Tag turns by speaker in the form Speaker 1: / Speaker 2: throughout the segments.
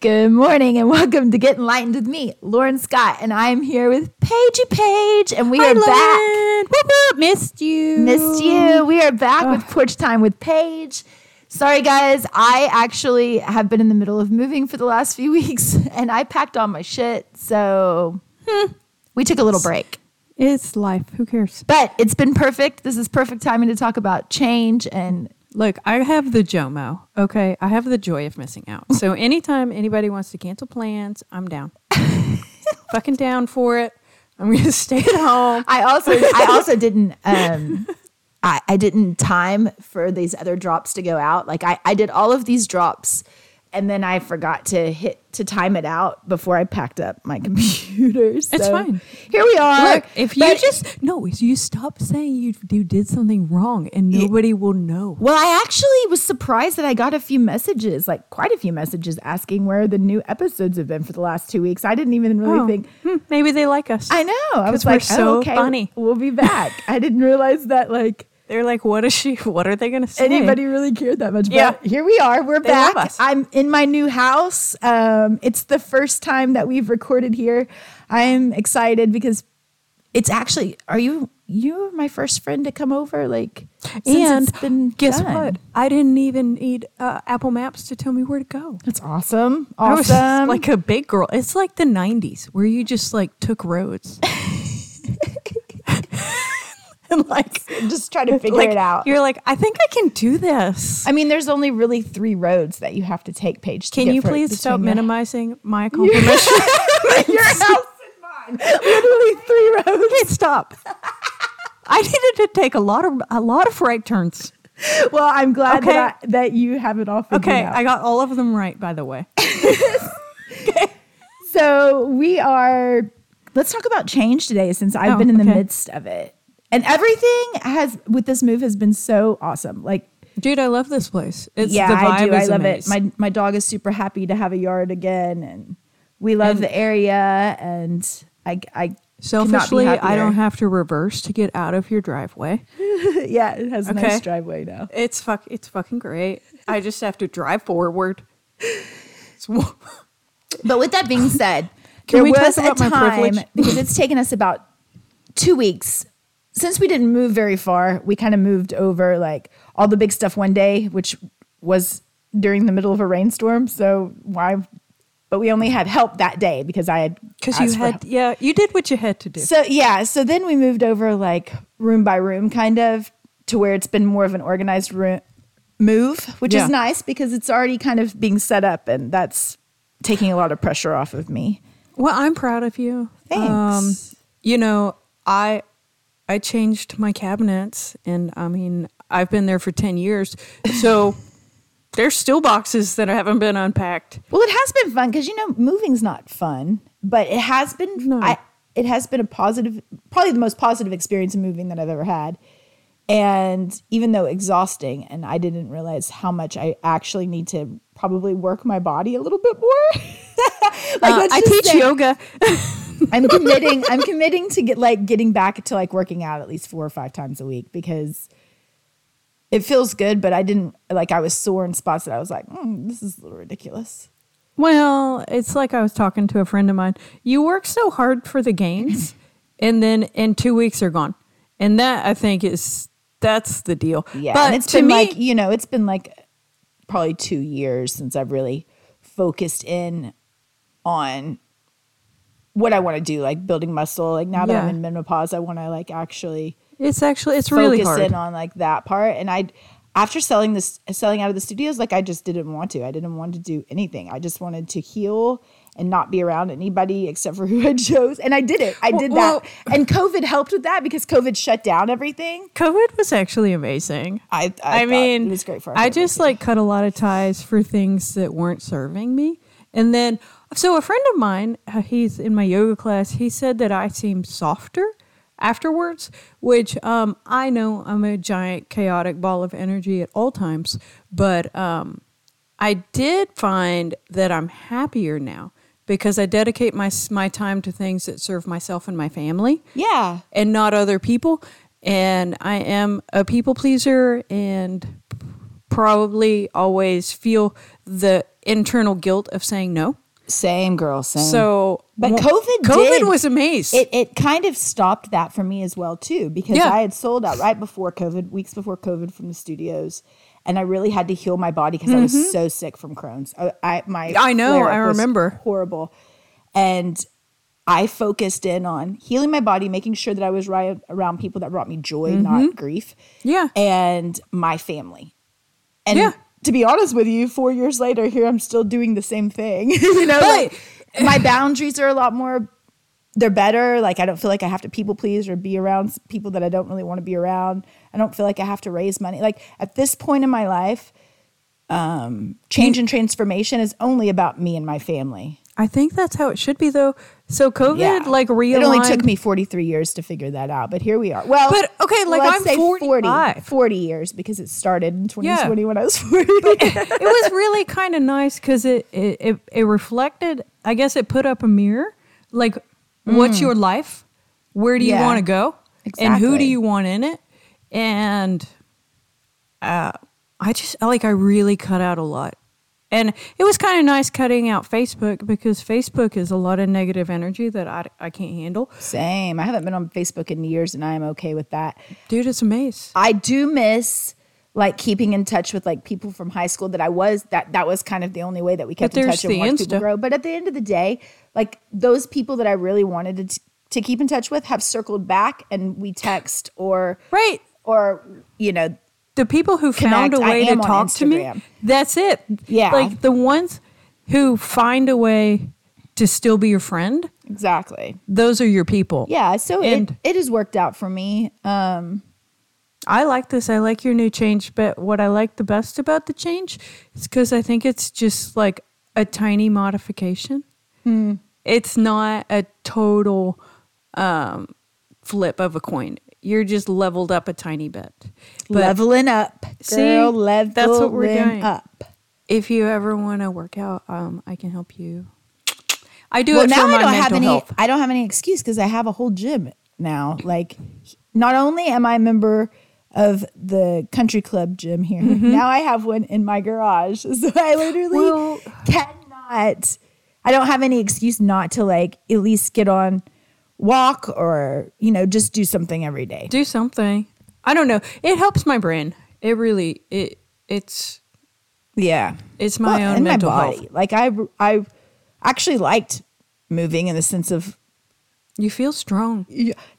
Speaker 1: Good morning and welcome to Get Enlightened with me, Lauren Scott, and I am here with Pagey Page, and we
Speaker 2: Hi,
Speaker 1: are back.
Speaker 2: Lauren. Whoop, whoop. Missed you.
Speaker 1: Missed you. We are back with Porch Time with Paige. Sorry, guys. I actually have been in the middle of moving for the last few weeks, and I packed all my shit, so hmm, we took a little break.
Speaker 2: It's life. Who cares?
Speaker 1: But it's been perfect. This is perfect timing to talk about change and
Speaker 2: Look, I have the JOMO. Okay. I have the joy of missing out. So anytime anybody wants to cancel plans, I'm down. Fucking down for it. I'm going to stay at home.
Speaker 1: I also I also didn't um I, I didn't time for these other drops to go out. Like I, I did all of these drops and then I forgot to hit to time it out before I packed up my computer. So
Speaker 2: fine.
Speaker 1: Here we are.
Speaker 2: Look, if you
Speaker 1: Uh, But-
Speaker 2: just, no, if you stop saying you, you did something wrong and nobody will know.
Speaker 1: Well, I actually was surprised that I got a few messages, like quite a few messages asking where the new episodes have been for the last two weeks. I didn't even really
Speaker 2: Oh,
Speaker 1: think
Speaker 2: hmm, maybe they like us.
Speaker 1: I know. I
Speaker 2: 'Cause
Speaker 1: was
Speaker 2: we're
Speaker 1: like,
Speaker 2: so
Speaker 1: oh, okay,
Speaker 2: funny.
Speaker 1: We'll be back. I didn't realize that like
Speaker 2: They're like, what is she? What are they going to say?
Speaker 1: anybody really cared that much. But
Speaker 2: Yeah.
Speaker 1: here we are. We're
Speaker 2: love
Speaker 1: back.
Speaker 2: us.
Speaker 1: I'm in my new house. Um, it's the first time that we've recorded here. I'm excited because it's actually. Are you? You were my first friend to come over. Like, since
Speaker 2: And
Speaker 1: it's been
Speaker 2: guess
Speaker 1: done.
Speaker 2: what? I didn't even need uh, Apple Maps to tell me where to go.
Speaker 1: That's awesome.
Speaker 2: I was
Speaker 1: Awesome.
Speaker 2: like a big girl. It's like the 90s where you just like took roads. and like,
Speaker 1: just try to figure
Speaker 2: like
Speaker 1: it out.
Speaker 2: you're like, I think I can do this.
Speaker 1: I mean, there's only really three roads that you have to take, Paige. to
Speaker 2: Can
Speaker 1: get
Speaker 2: you
Speaker 1: for-
Speaker 2: please
Speaker 1: between
Speaker 2: stop
Speaker 1: your-
Speaker 2: minimizing my compliment?
Speaker 1: your house and mine? Literally three roads.
Speaker 2: okay, stop. I needed to take a lot of a lot of right turns.
Speaker 1: Well, I'm glad
Speaker 2: Okay.
Speaker 1: that I, that you have it all figured
Speaker 2: Okay,
Speaker 1: out.
Speaker 2: I got all of them right, by the way.
Speaker 1: So we are. Let's talk about change today, since I've
Speaker 2: Oh,
Speaker 1: been in the
Speaker 2: okay.
Speaker 1: midst of it, and everything has with this move has been so awesome. Like,
Speaker 2: Dude, I love this place. It's
Speaker 1: yeah,
Speaker 2: the vibe
Speaker 1: I do. I
Speaker 2: is
Speaker 1: love
Speaker 2: amazing.
Speaker 1: it. My my dog is super happy to have a yard again, and we love the area. And I, I could not be
Speaker 2: Selfishly, I
Speaker 1: happier.
Speaker 2: don't have to reverse to get out of your driveway.
Speaker 1: yeah, it has a
Speaker 2: Okay.
Speaker 1: nice driveway now.
Speaker 2: It's fuck. It's fucking great. I just have to drive forward. It's wo-
Speaker 1: But with that being said,
Speaker 2: Can
Speaker 1: there
Speaker 2: we talk
Speaker 1: was a
Speaker 2: about my
Speaker 1: time
Speaker 2: privilege?
Speaker 1: because it's taken us about two weeks since we didn't move very far. We kind of moved over like all the big stuff one day, which was during the middle of a rainstorm. So why? But we only had help that day because I had
Speaker 2: because you
Speaker 1: asked for
Speaker 2: had yeah, you did what you had to do.
Speaker 1: so yeah, so then we moved over like room by room kind of to where it's been more of an organized room move, which
Speaker 2: Yeah.
Speaker 1: is nice because it's already kind of being set up and that's taking a lot of pressure off of me.
Speaker 2: Well, I'm proud of you. Um,
Speaker 1: Thanks.
Speaker 2: you know, I I changed my cabinets, and I mean, I've been there for ten years, so there's still boxes that haven't been unpacked.
Speaker 1: Well, it has been fun because you know moving's not fun, but it has been I, it has been a positive, probably the most positive experience in moving that I've ever had. And even though exhausting, and I didn't realize how much I actually need to probably work my body a little bit more. like
Speaker 2: Uh,
Speaker 1: let's
Speaker 2: I
Speaker 1: just
Speaker 2: teach
Speaker 1: say-
Speaker 2: yoga.
Speaker 1: I'm committing. I'm committing to get like getting back to like working out at least four or five times a week because it feels good. But I didn't like I was sore in spots that I was like, mm, this is a little ridiculous.
Speaker 2: Well, it's like I was talking to a friend of mine. You work so hard for the gains, and then in two weeks are gone, and that I think is that's the deal.
Speaker 1: Yeah,
Speaker 2: but
Speaker 1: and it's
Speaker 2: to
Speaker 1: been
Speaker 2: me,
Speaker 1: like you know, it's been like probably two years since I've really focused in on what I want to do, like building muscle. Like now that
Speaker 2: Yeah.
Speaker 1: I'm in menopause, I want to like actually
Speaker 2: it's actually it's
Speaker 1: focus
Speaker 2: really hard.
Speaker 1: in on like that part. And I, after selling this, selling out of the studios, like I just didn't want to. I didn't want to do anything. I just wanted to heal and not be around anybody except for who I chose. And I did it. I did
Speaker 2: Well-
Speaker 1: that. And COVID helped with that because COVID shut down everything.
Speaker 2: COVID was actually amazing.
Speaker 1: I, I,
Speaker 2: I mean,
Speaker 1: it was great for. our
Speaker 2: I
Speaker 1: family.
Speaker 2: just like cut a lot of ties for things that weren't serving me. And then, so a friend of mine, uh, he's in my yoga class, he said that I seemed softer afterwards, which um, I know I'm a giant chaotic ball of energy at all times, but um, I did find that I'm happier now because I dedicate my, s- my time to things that serve myself and my family
Speaker 1: yeah.
Speaker 2: and not other people. And I am a people pleaser and probably always feel the internal guilt of saying no.
Speaker 1: Same girl, same.
Speaker 2: So,
Speaker 1: But
Speaker 2: well,
Speaker 1: COVID
Speaker 2: COVID
Speaker 1: did-
Speaker 2: was a maze.
Speaker 1: it it kind of stopped that for me as well too because
Speaker 2: Yeah.
Speaker 1: I had sold out right before COVID, weeks before COVID from the studios, and I really had to heal my body because I was so sick from Crohn's. I, I my
Speaker 2: Mm-hmm. I know,
Speaker 1: flare-up
Speaker 2: I
Speaker 1: was
Speaker 2: remember.
Speaker 1: horrible, and I focused in on healing my body, making sure that I was right around people that brought me joy, not grief,
Speaker 2: Mm-hmm. yeah.
Speaker 1: and my family, and.
Speaker 2: Yeah.
Speaker 1: To be honest with you, four years later, here I'm still doing the same thing. you know,
Speaker 2: But-
Speaker 1: like, my boundaries are a lot more they're better. Like I don't feel like I have to people please or be around s- people that I don't really want to be around. I don't feel like I have to raise money. Like at this point in my life, um, change and transformation is only about me and my family.
Speaker 2: I think that's how it should be, though. So COVID,
Speaker 1: Yeah,
Speaker 2: like realigned.
Speaker 1: It only took me forty three years to figure that out, but here we are. Well,
Speaker 2: But, okay, like,
Speaker 1: let's
Speaker 2: I'm
Speaker 1: say 40,
Speaker 2: 45.
Speaker 1: 40 years because it started in twenty
Speaker 2: Yeah.
Speaker 1: twenty when I was forty.
Speaker 2: it was really kind of nice because it, it it it reflected. I guess it put up a mirror. Like, what's your life? Where do you
Speaker 1: Mm. Yeah.
Speaker 2: want to go? And who do
Speaker 1: Exactly.
Speaker 2: you want in it? And uh, I just I like I really cut out a lot. And it was kind of nice cutting out Facebook because Facebook is a lot of negative energy that I, I can't handle.
Speaker 1: Same. I haven't been on Facebook in years, and I am okay with that.
Speaker 2: Dude, it's a maze.
Speaker 1: I do miss like keeping in touch with like people from high school that I was that that was kind of the only way that we kept
Speaker 2: But
Speaker 1: in
Speaker 2: there's
Speaker 1: touch and
Speaker 2: the
Speaker 1: watched people
Speaker 2: Insta.
Speaker 1: grow. But at the end of the day, like those people that I really wanted to, t- to keep in touch with have circled back and we text or
Speaker 2: Right.
Speaker 1: or you know
Speaker 2: the people who found
Speaker 1: Connect.
Speaker 2: a
Speaker 1: I
Speaker 2: way to
Speaker 1: am on
Speaker 2: talk to me
Speaker 1: Instagram.
Speaker 2: that's it
Speaker 1: Yeah.
Speaker 2: like the ones who find a way to still be your friend
Speaker 1: exactly
Speaker 2: those are your people
Speaker 1: yeah so
Speaker 2: And-
Speaker 1: it it has worked out for me um
Speaker 2: i like this i like your new change but what i like the best about the change is because i think it's just like a tiny modification
Speaker 1: Hmm.
Speaker 2: it's not a total um, flip of a coin you're just leveled up a tiny bit but
Speaker 1: leveling up
Speaker 2: See,
Speaker 1: girl leveling
Speaker 2: that's what we're doing.
Speaker 1: up
Speaker 2: if you ever want to work out um, i can help you i do
Speaker 1: well
Speaker 2: it
Speaker 1: now
Speaker 2: for my
Speaker 1: I don't
Speaker 2: mental
Speaker 1: have any
Speaker 2: health.
Speaker 1: I don't have any excuse because I have a whole gym now. Like not only am I a member of the country club gym here,
Speaker 2: Mm-hmm.
Speaker 1: now I have one in my garage. So I literally
Speaker 2: Well-
Speaker 1: cannot I don't have any excuse not to like at least get on walk or you know just do something every day.
Speaker 2: do something i don't know it helps my brain it really it it's
Speaker 1: Yeah.
Speaker 2: it's my
Speaker 1: Well,
Speaker 2: own
Speaker 1: and
Speaker 2: mental health
Speaker 1: Like I I actually liked moving in the sense of
Speaker 2: you feel strong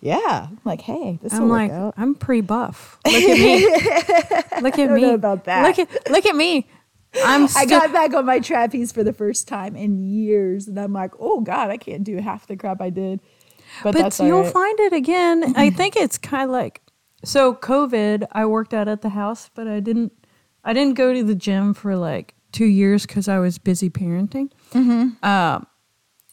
Speaker 1: yeah, like hey, this will
Speaker 2: i'm like
Speaker 1: work out.
Speaker 2: i'm pretty buff look at me look at me
Speaker 1: know about that.
Speaker 2: look at look at me i'm
Speaker 1: I
Speaker 2: still,
Speaker 1: got back on my trapeze for the first time in years, and I'm like, oh God, I can't do half the crap I did. But,
Speaker 2: but
Speaker 1: that's
Speaker 2: you'll
Speaker 1: all right.
Speaker 2: find it again i think it's kind of like so covid i worked out at the house but i didn't i didn't go to the gym for like two years because i was busy parenting
Speaker 1: Mm-hmm.
Speaker 2: um,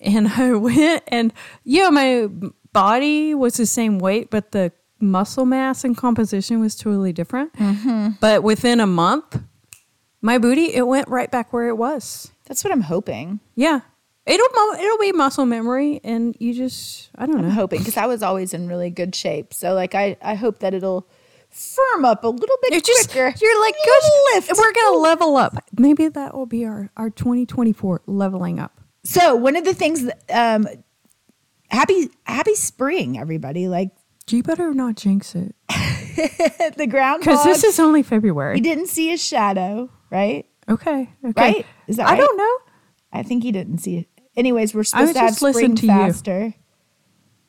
Speaker 2: and i went and yeah my body was the same weight but the muscle mass and composition was totally different
Speaker 1: Mm-hmm.
Speaker 2: but within a month my booty it went right back where it was
Speaker 1: that's what I'm hoping.
Speaker 2: yeah it'll mu- it'll be muscle memory and you just i don't know
Speaker 1: I'm hoping because I was always in really good shape. So like I, I hope that it'll firm up a little bit
Speaker 2: You're just
Speaker 1: quicker.
Speaker 2: you're like
Speaker 1: Little
Speaker 2: good.
Speaker 1: lift.
Speaker 2: We're gonna level up. Maybe that will be our our 2024 leveling up.
Speaker 1: So one of the things, that, um, happy happy spring, everybody. Like
Speaker 2: You better not jinx it
Speaker 1: the ground
Speaker 2: because this is only
Speaker 1: you
Speaker 2: February.
Speaker 1: didn't see a shadow, right?
Speaker 2: Okay, okay.
Speaker 1: Right? Is that
Speaker 2: I
Speaker 1: right?
Speaker 2: don't know.
Speaker 1: I think he didn't see it. Anyways, we're
Speaker 2: I
Speaker 1: supposed
Speaker 2: would
Speaker 1: to have
Speaker 2: just listen
Speaker 1: spring
Speaker 2: to you.
Speaker 1: faster.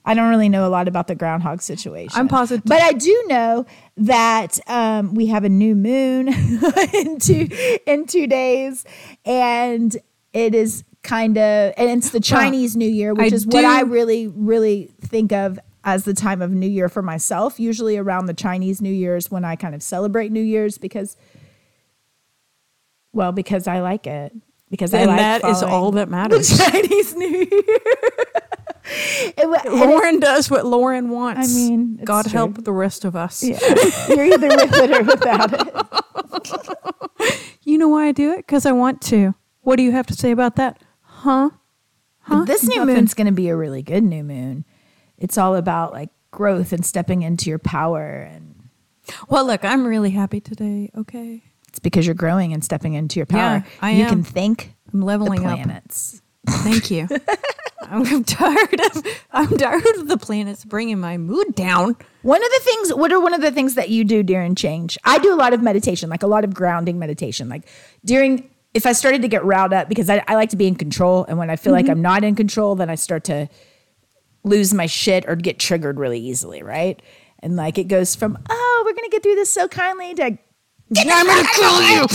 Speaker 1: I don't really know a lot about the groundhog situation.
Speaker 2: I'm positive-
Speaker 1: but I do know that um, we have a new moon in two in two days, and it is kind of and it's the Chinese New Year, which
Speaker 2: I
Speaker 1: is what
Speaker 2: do-
Speaker 1: I really really think of as the time of New Year for myself. Usually around the Chinese New Year is when I kind of celebrate New Year's because, well, because I like it. Because I
Speaker 2: And
Speaker 1: like
Speaker 2: that is
Speaker 1: following-
Speaker 2: all that matters.
Speaker 1: the Chinese New Year. It wa- and it-
Speaker 2: Lauren does what Lauren wants.
Speaker 1: I mean, it's
Speaker 2: God
Speaker 1: true.
Speaker 2: help the rest of us.
Speaker 1: yeah, you're either with it or without it.
Speaker 2: You know why I do it? Because I want to. What do you have to say about that? Huh? Huh?
Speaker 1: This new
Speaker 2: Nothing.
Speaker 1: moon's going to be a really good new moon. It's all about like growth and stepping into your power, and
Speaker 2: Well, look, I'm really happy today. Okay.
Speaker 1: It's because you're growing and stepping into your power.
Speaker 2: Yeah, I
Speaker 1: you
Speaker 2: am.
Speaker 1: can thank
Speaker 2: I'm
Speaker 1: the
Speaker 2: leveling up.
Speaker 1: planets.
Speaker 2: Thank you. I'm, I'm tired of I'm tired of the planets bringing my mood down.
Speaker 1: One of the things, what are one of the things that you do during change? I do a lot of meditation, like a lot of grounding meditation. Like during, if I started to get riled up, because I, I like to be in control. And when I feel like I'm not in control, then I start to lose my shit or get triggered really easily, right? And like it goes from, oh, we're going to get through this so kindly to,
Speaker 2: I'm gonna kill you.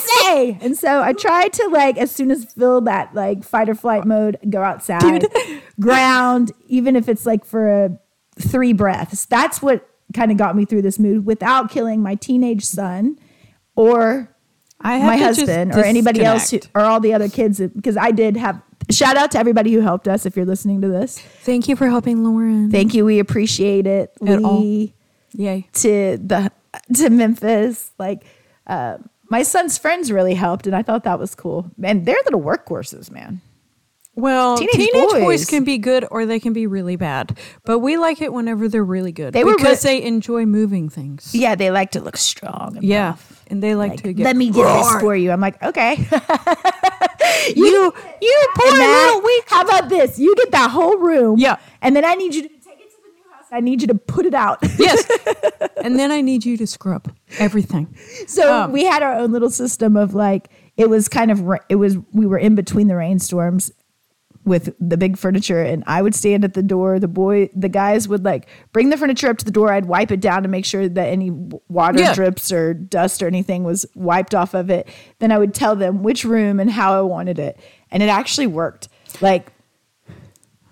Speaker 1: say. And so I try to like as soon as feel that like fight or flight mode, go outside, ground, even if it's like for a three breaths. That's what kind of got me through this mood without killing my teenage son or
Speaker 2: I have
Speaker 1: my
Speaker 2: to just
Speaker 1: husband or anybody else who,
Speaker 2: disconnect.
Speaker 1: or all the other kids because I did have shout out to everybody who helped us if you're listening to this.
Speaker 2: Thank you for helping Lauren.
Speaker 1: Thank you. We appreciate it.
Speaker 2: At all.
Speaker 1: Lee
Speaker 2: Yay.
Speaker 1: to the to Memphis. Like uh, my son's friends really helped, and I thought that was cool. And they're little workhorses, man.
Speaker 2: Well,
Speaker 1: Teenage
Speaker 2: teenage, boys.
Speaker 1: boys.
Speaker 2: can be good or they can be really bad, but we like it whenever they're really good
Speaker 1: They were
Speaker 2: because
Speaker 1: really-
Speaker 2: they enjoy moving things.
Speaker 1: Yeah, they like to look strong. And
Speaker 2: Yeah, and they like,
Speaker 1: like,
Speaker 2: to get.
Speaker 1: let me get this for you. I'm like, okay.
Speaker 2: you, you poor
Speaker 1: And that-
Speaker 2: little weak.
Speaker 1: How about this? You get that whole room.
Speaker 2: Yeah.
Speaker 1: And then I need you to take it to the new house. I need you to put it out.
Speaker 2: Yes, and then I need you to scrub everything.
Speaker 1: So
Speaker 2: Oh.
Speaker 1: we had our own little system of like it was kind of ra- it was we were in between the rainstorms with the big furniture and I would stand at the door the boy the guys would like bring the furniture up to the door I'd wipe it down to make sure that any w- water
Speaker 2: Yeah.
Speaker 1: drips or dust or anything was wiped off of it then I would tell them which room and how I wanted it and it actually worked like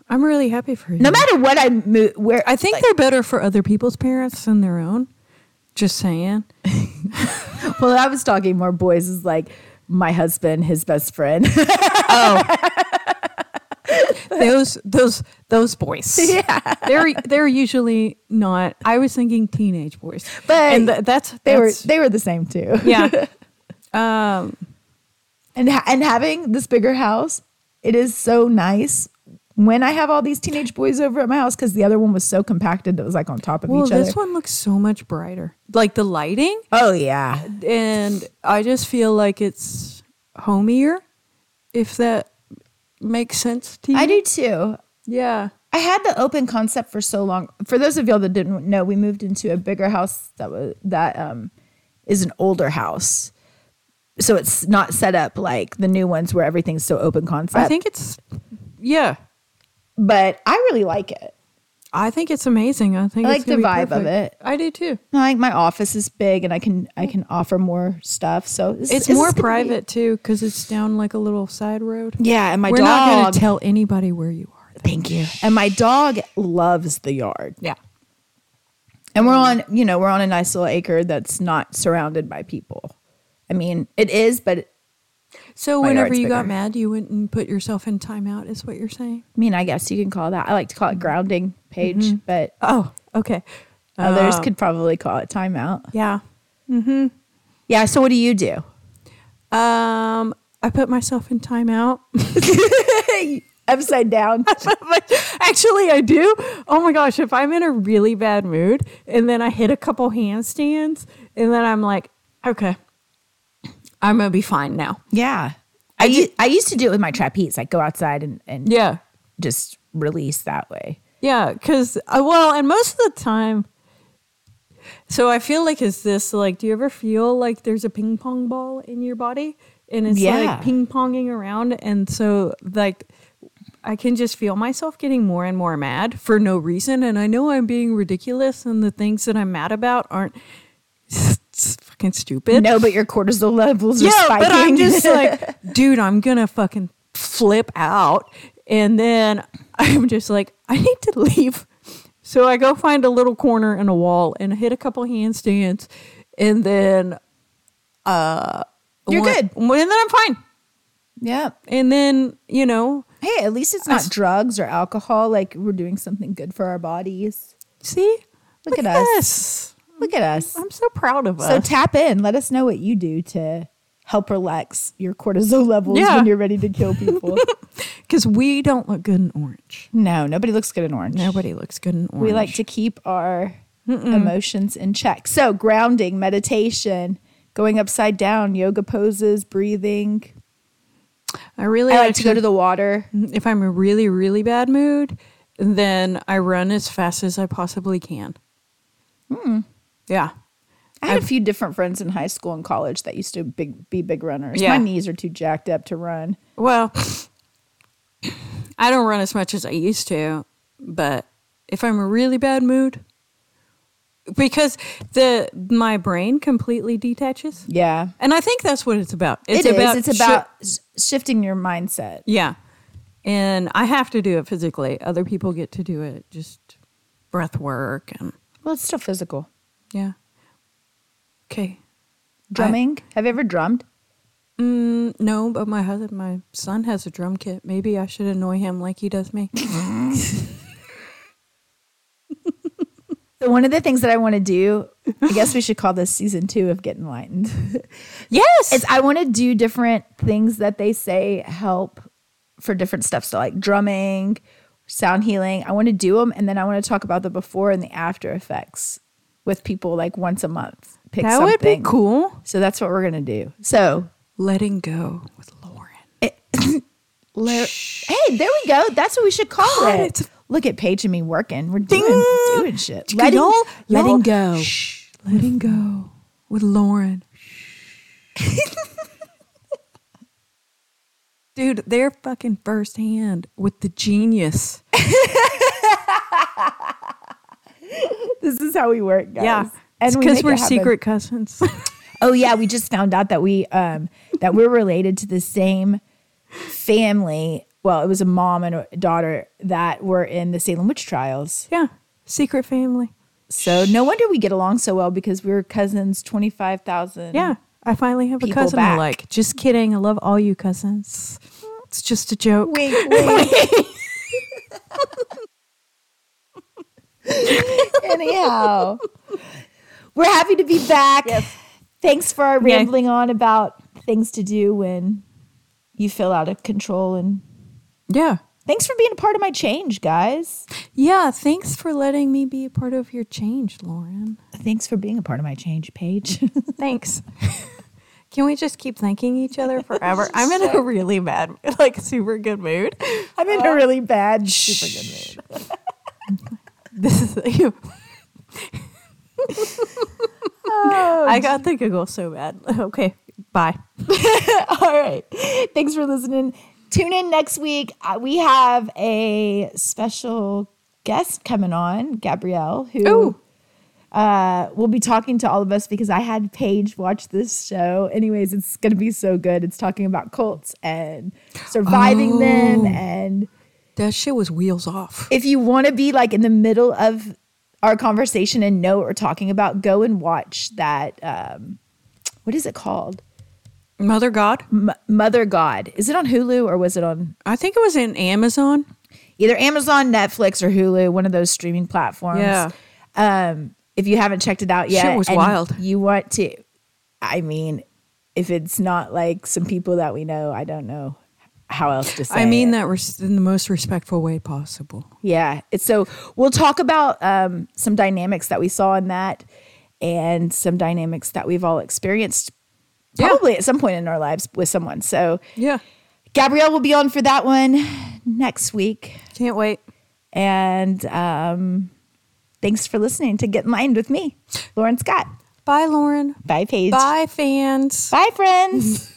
Speaker 2: I'm really happy for you.
Speaker 1: no matter what I move where
Speaker 2: I think they're better for other people's parents than their own. Just saying.
Speaker 1: well I was talking more boys is like my husband his best friend
Speaker 2: those those those boys. Yeah, they're they're usually not. I was thinking teenage boys,
Speaker 1: But
Speaker 2: and th- that's
Speaker 1: they were
Speaker 2: that's,
Speaker 1: they were the same too
Speaker 2: yeah. Um,
Speaker 1: and ha- and having this bigger house, it is so nice. When I have all these teenage boys over at my house, because the other one was so compacted that it was like on top of
Speaker 2: well,
Speaker 1: each other.
Speaker 2: this one looks so much brighter, like the lighting,
Speaker 1: Oh yeah,
Speaker 2: and I just feel like it's homier. If that makes sense to you,
Speaker 1: I do too.
Speaker 2: Yeah,
Speaker 1: I had the open concept for so long. For those of y'all that didn't know, we moved into a bigger house that was that um is an older house, so it's not set up like the new ones where everything's so open concept.
Speaker 2: I think it's yeah.
Speaker 1: but I really like it.
Speaker 2: I think it's amazing. I think
Speaker 1: I
Speaker 2: it's
Speaker 1: like the
Speaker 2: gonna be
Speaker 1: vibe of
Speaker 2: perfect.
Speaker 1: it.
Speaker 2: I do too.
Speaker 1: Like my office is big, and I can I can offer more stuff. So this-
Speaker 2: It's
Speaker 1: this
Speaker 2: more
Speaker 1: is gonna be-
Speaker 2: private too because it's down like a little side road.
Speaker 1: Yeah, and my
Speaker 2: We're
Speaker 1: dog.
Speaker 2: not going to tell anybody where you are.
Speaker 1: Thank you. And my dog loves the yard.
Speaker 2: Yeah.
Speaker 1: And we're on, you know, we're on a nice little acre that's not surrounded by people. I mean, it is, but
Speaker 2: So
Speaker 1: My
Speaker 2: whenever
Speaker 1: yard's
Speaker 2: you got
Speaker 1: bigger.
Speaker 2: mad, you went and put yourself in timeout, is what you're saying?
Speaker 1: I mean, I guess you can call that. I like to call it grounding page, but
Speaker 2: Oh, okay. Uh,
Speaker 1: others could probably call it timeout.
Speaker 2: Yeah.
Speaker 1: Yeah. So, what do you do?
Speaker 2: Um, I put myself in timeout.
Speaker 1: Upside down.
Speaker 2: Actually, I do. Oh my gosh, if I'm in a really bad mood and then I hit a couple handstands and then I'm like, okay, I'm going to be fine now.
Speaker 1: yeah. I, u- I used to do it with my trapeze, like go outside and, and
Speaker 2: Yeah.
Speaker 1: just release that way.
Speaker 2: Yeah, because uh, well, and most of the time. So I feel like is this like? Do you ever feel like there's a ping pong ball in your body, and it's
Speaker 1: Yeah.
Speaker 2: like ping ponging around, and so like. I can just feel myself getting more and more mad for no reason. And I know I'm being ridiculous, and the things that I'm mad about aren't s- fucking stupid.
Speaker 1: No, but your cortisol levels are
Speaker 2: Yeah,
Speaker 1: spiking.
Speaker 2: but I'm just like, dude, I'm gonna fucking flip out, and then I'm just like, I need to leave. So I go find a little corner in a wall and hit a couple handstands, and then uh,
Speaker 1: You're
Speaker 2: one-
Speaker 1: good.
Speaker 2: And then I'm fine.
Speaker 1: yeah.
Speaker 2: And then you know,
Speaker 1: Hey, at least it's not drugs or alcohol. Like we're doing something good for our bodies.
Speaker 2: see,
Speaker 1: Look at us.
Speaker 2: us.
Speaker 1: Look at us.
Speaker 2: I'm so proud of
Speaker 1: So
Speaker 2: us.
Speaker 1: tap in. Let us know what you do to help relax your cortisol levels
Speaker 2: Yeah.
Speaker 1: when you're ready to kill people.
Speaker 2: Because we don't look good in orange.
Speaker 1: no, nobody looks good in orange.
Speaker 2: Nobody looks good in orange.
Speaker 1: We like to keep our emotions in check. So grounding, meditation, going upside down, yoga poses, breathing.
Speaker 2: I really
Speaker 1: I like to go to the water.
Speaker 2: If I'm in a really, really bad mood, then I run as fast as I possibly can.
Speaker 1: Hmm.
Speaker 2: Yeah.
Speaker 1: I had a few different friends in high school and college that used to big, be big runners.
Speaker 2: Yeah.
Speaker 1: My knees are too jacked up to run.
Speaker 2: Well, I don't run as much as I used to, but if I'm in a really bad mood, because the my brain completely detaches,
Speaker 1: Yeah.
Speaker 2: and I think that's what it's about. It's
Speaker 1: It's
Speaker 2: about
Speaker 1: It's
Speaker 2: shi-
Speaker 1: about s- shifting your mindset.
Speaker 2: yeah, and I have to do it physically. Other people get to do it just breath work and
Speaker 1: Well, it's still physical.
Speaker 2: yeah. Okay.
Speaker 1: Drumming. Have you ever drummed?
Speaker 2: Mm, no, but my husband, my son has a drum kit. Maybe I should annoy him like he does me.
Speaker 1: So one of the things that I want to do, I guess we should call this season two of Get Enlightened.
Speaker 2: yes.
Speaker 1: is I want to do different things that they say help for different stuff. So like drumming, sound healing. I want to do them, and then I want to talk about the before and the after effects with people like once a month. Pick
Speaker 2: that would be
Speaker 1: something.
Speaker 2: cool.
Speaker 1: So that's what we're gonna do. So
Speaker 2: Letting Go with Lauren.
Speaker 1: Lar- hey, there we go. That's what we should call it.
Speaker 2: God, it's-
Speaker 1: Look at Paige and me working. We're doing doing shit.
Speaker 2: Y'all- y'all-
Speaker 1: letting go.
Speaker 2: Shh. Letting Go with Lauren. Dude, they're fucking firsthand with the genius.
Speaker 1: This is how we work, guys.
Speaker 2: Yeah.
Speaker 1: and we
Speaker 2: because
Speaker 1: make it
Speaker 2: we are
Speaker 1: happen.
Speaker 2: secret cousins.
Speaker 1: Oh yeah, we just found out that we um that we're related to the same family. Well, it was a mom and a daughter that were in the Salem witch trials.
Speaker 2: yeah. Secret family.
Speaker 1: So no wonder we get along so well because we were cousins twenty five thousand.
Speaker 2: Yeah. I finally have a
Speaker 1: People
Speaker 2: cousin I
Speaker 1: back.
Speaker 2: like. Just kidding. I love all you cousins. It's just a joke.
Speaker 1: Wink, wink. Anyhow, we're happy to be back. Thanks for our
Speaker 2: Yeah.
Speaker 1: rambling on about things to do when you feel out of control. And
Speaker 2: Yeah.
Speaker 1: thanks for being a part of my change, guys.
Speaker 2: Yeah. Thanks for letting me be a part of your change, Lauren.
Speaker 1: Thanks for being a part of my change page.
Speaker 2: Thanks. Can we just keep thanking each other forever? I'm in a really bad, like super good mood.
Speaker 1: I'm in a really bad, Oh. super good mood.
Speaker 2: This is you. I got the giggle so bad. Okay, bye.
Speaker 1: All right. Thanks for listening. Tune in next week. Uh, We have a special guest coming on, Gabrielle, who uh, will be talking to all of us because I had Paige watch this show. Anyways, it's going to be so good. It's talking about cults and surviving them. And
Speaker 2: That shit was wheels off.
Speaker 1: if you want to be like in the middle of our conversation and know what we're talking about, go and watch that. Um, what is it called?
Speaker 2: Mother God.
Speaker 1: M- Mother God. Is it on Hulu or was it on
Speaker 2: I think it was in Amazon.
Speaker 1: either Amazon, Netflix, or Hulu, one of those streaming platforms.
Speaker 2: Yeah.
Speaker 1: Um, if you haven't checked it out
Speaker 2: Shit
Speaker 1: yet,
Speaker 2: was
Speaker 1: and
Speaker 2: wild.
Speaker 1: You want to? I mean, if it's not like some people that we know, I don't know how else to say.
Speaker 2: I mean
Speaker 1: it.
Speaker 2: that res- in the most respectful way possible.
Speaker 1: yeah. It's so we'll talk about um, some dynamics that we saw in that, and some dynamics that we've all experienced.
Speaker 2: Yeah.
Speaker 1: Probably at some point in our lives with someone. So,
Speaker 2: Yeah.
Speaker 1: Gabrielle will be on for that one next week.
Speaker 2: Can't wait.
Speaker 1: And um, thanks for listening to Get in Line with me, Lauren Scott.
Speaker 2: Bye, Lauren.
Speaker 1: Bye, Paige.
Speaker 2: Bye, fans.
Speaker 1: Bye friends.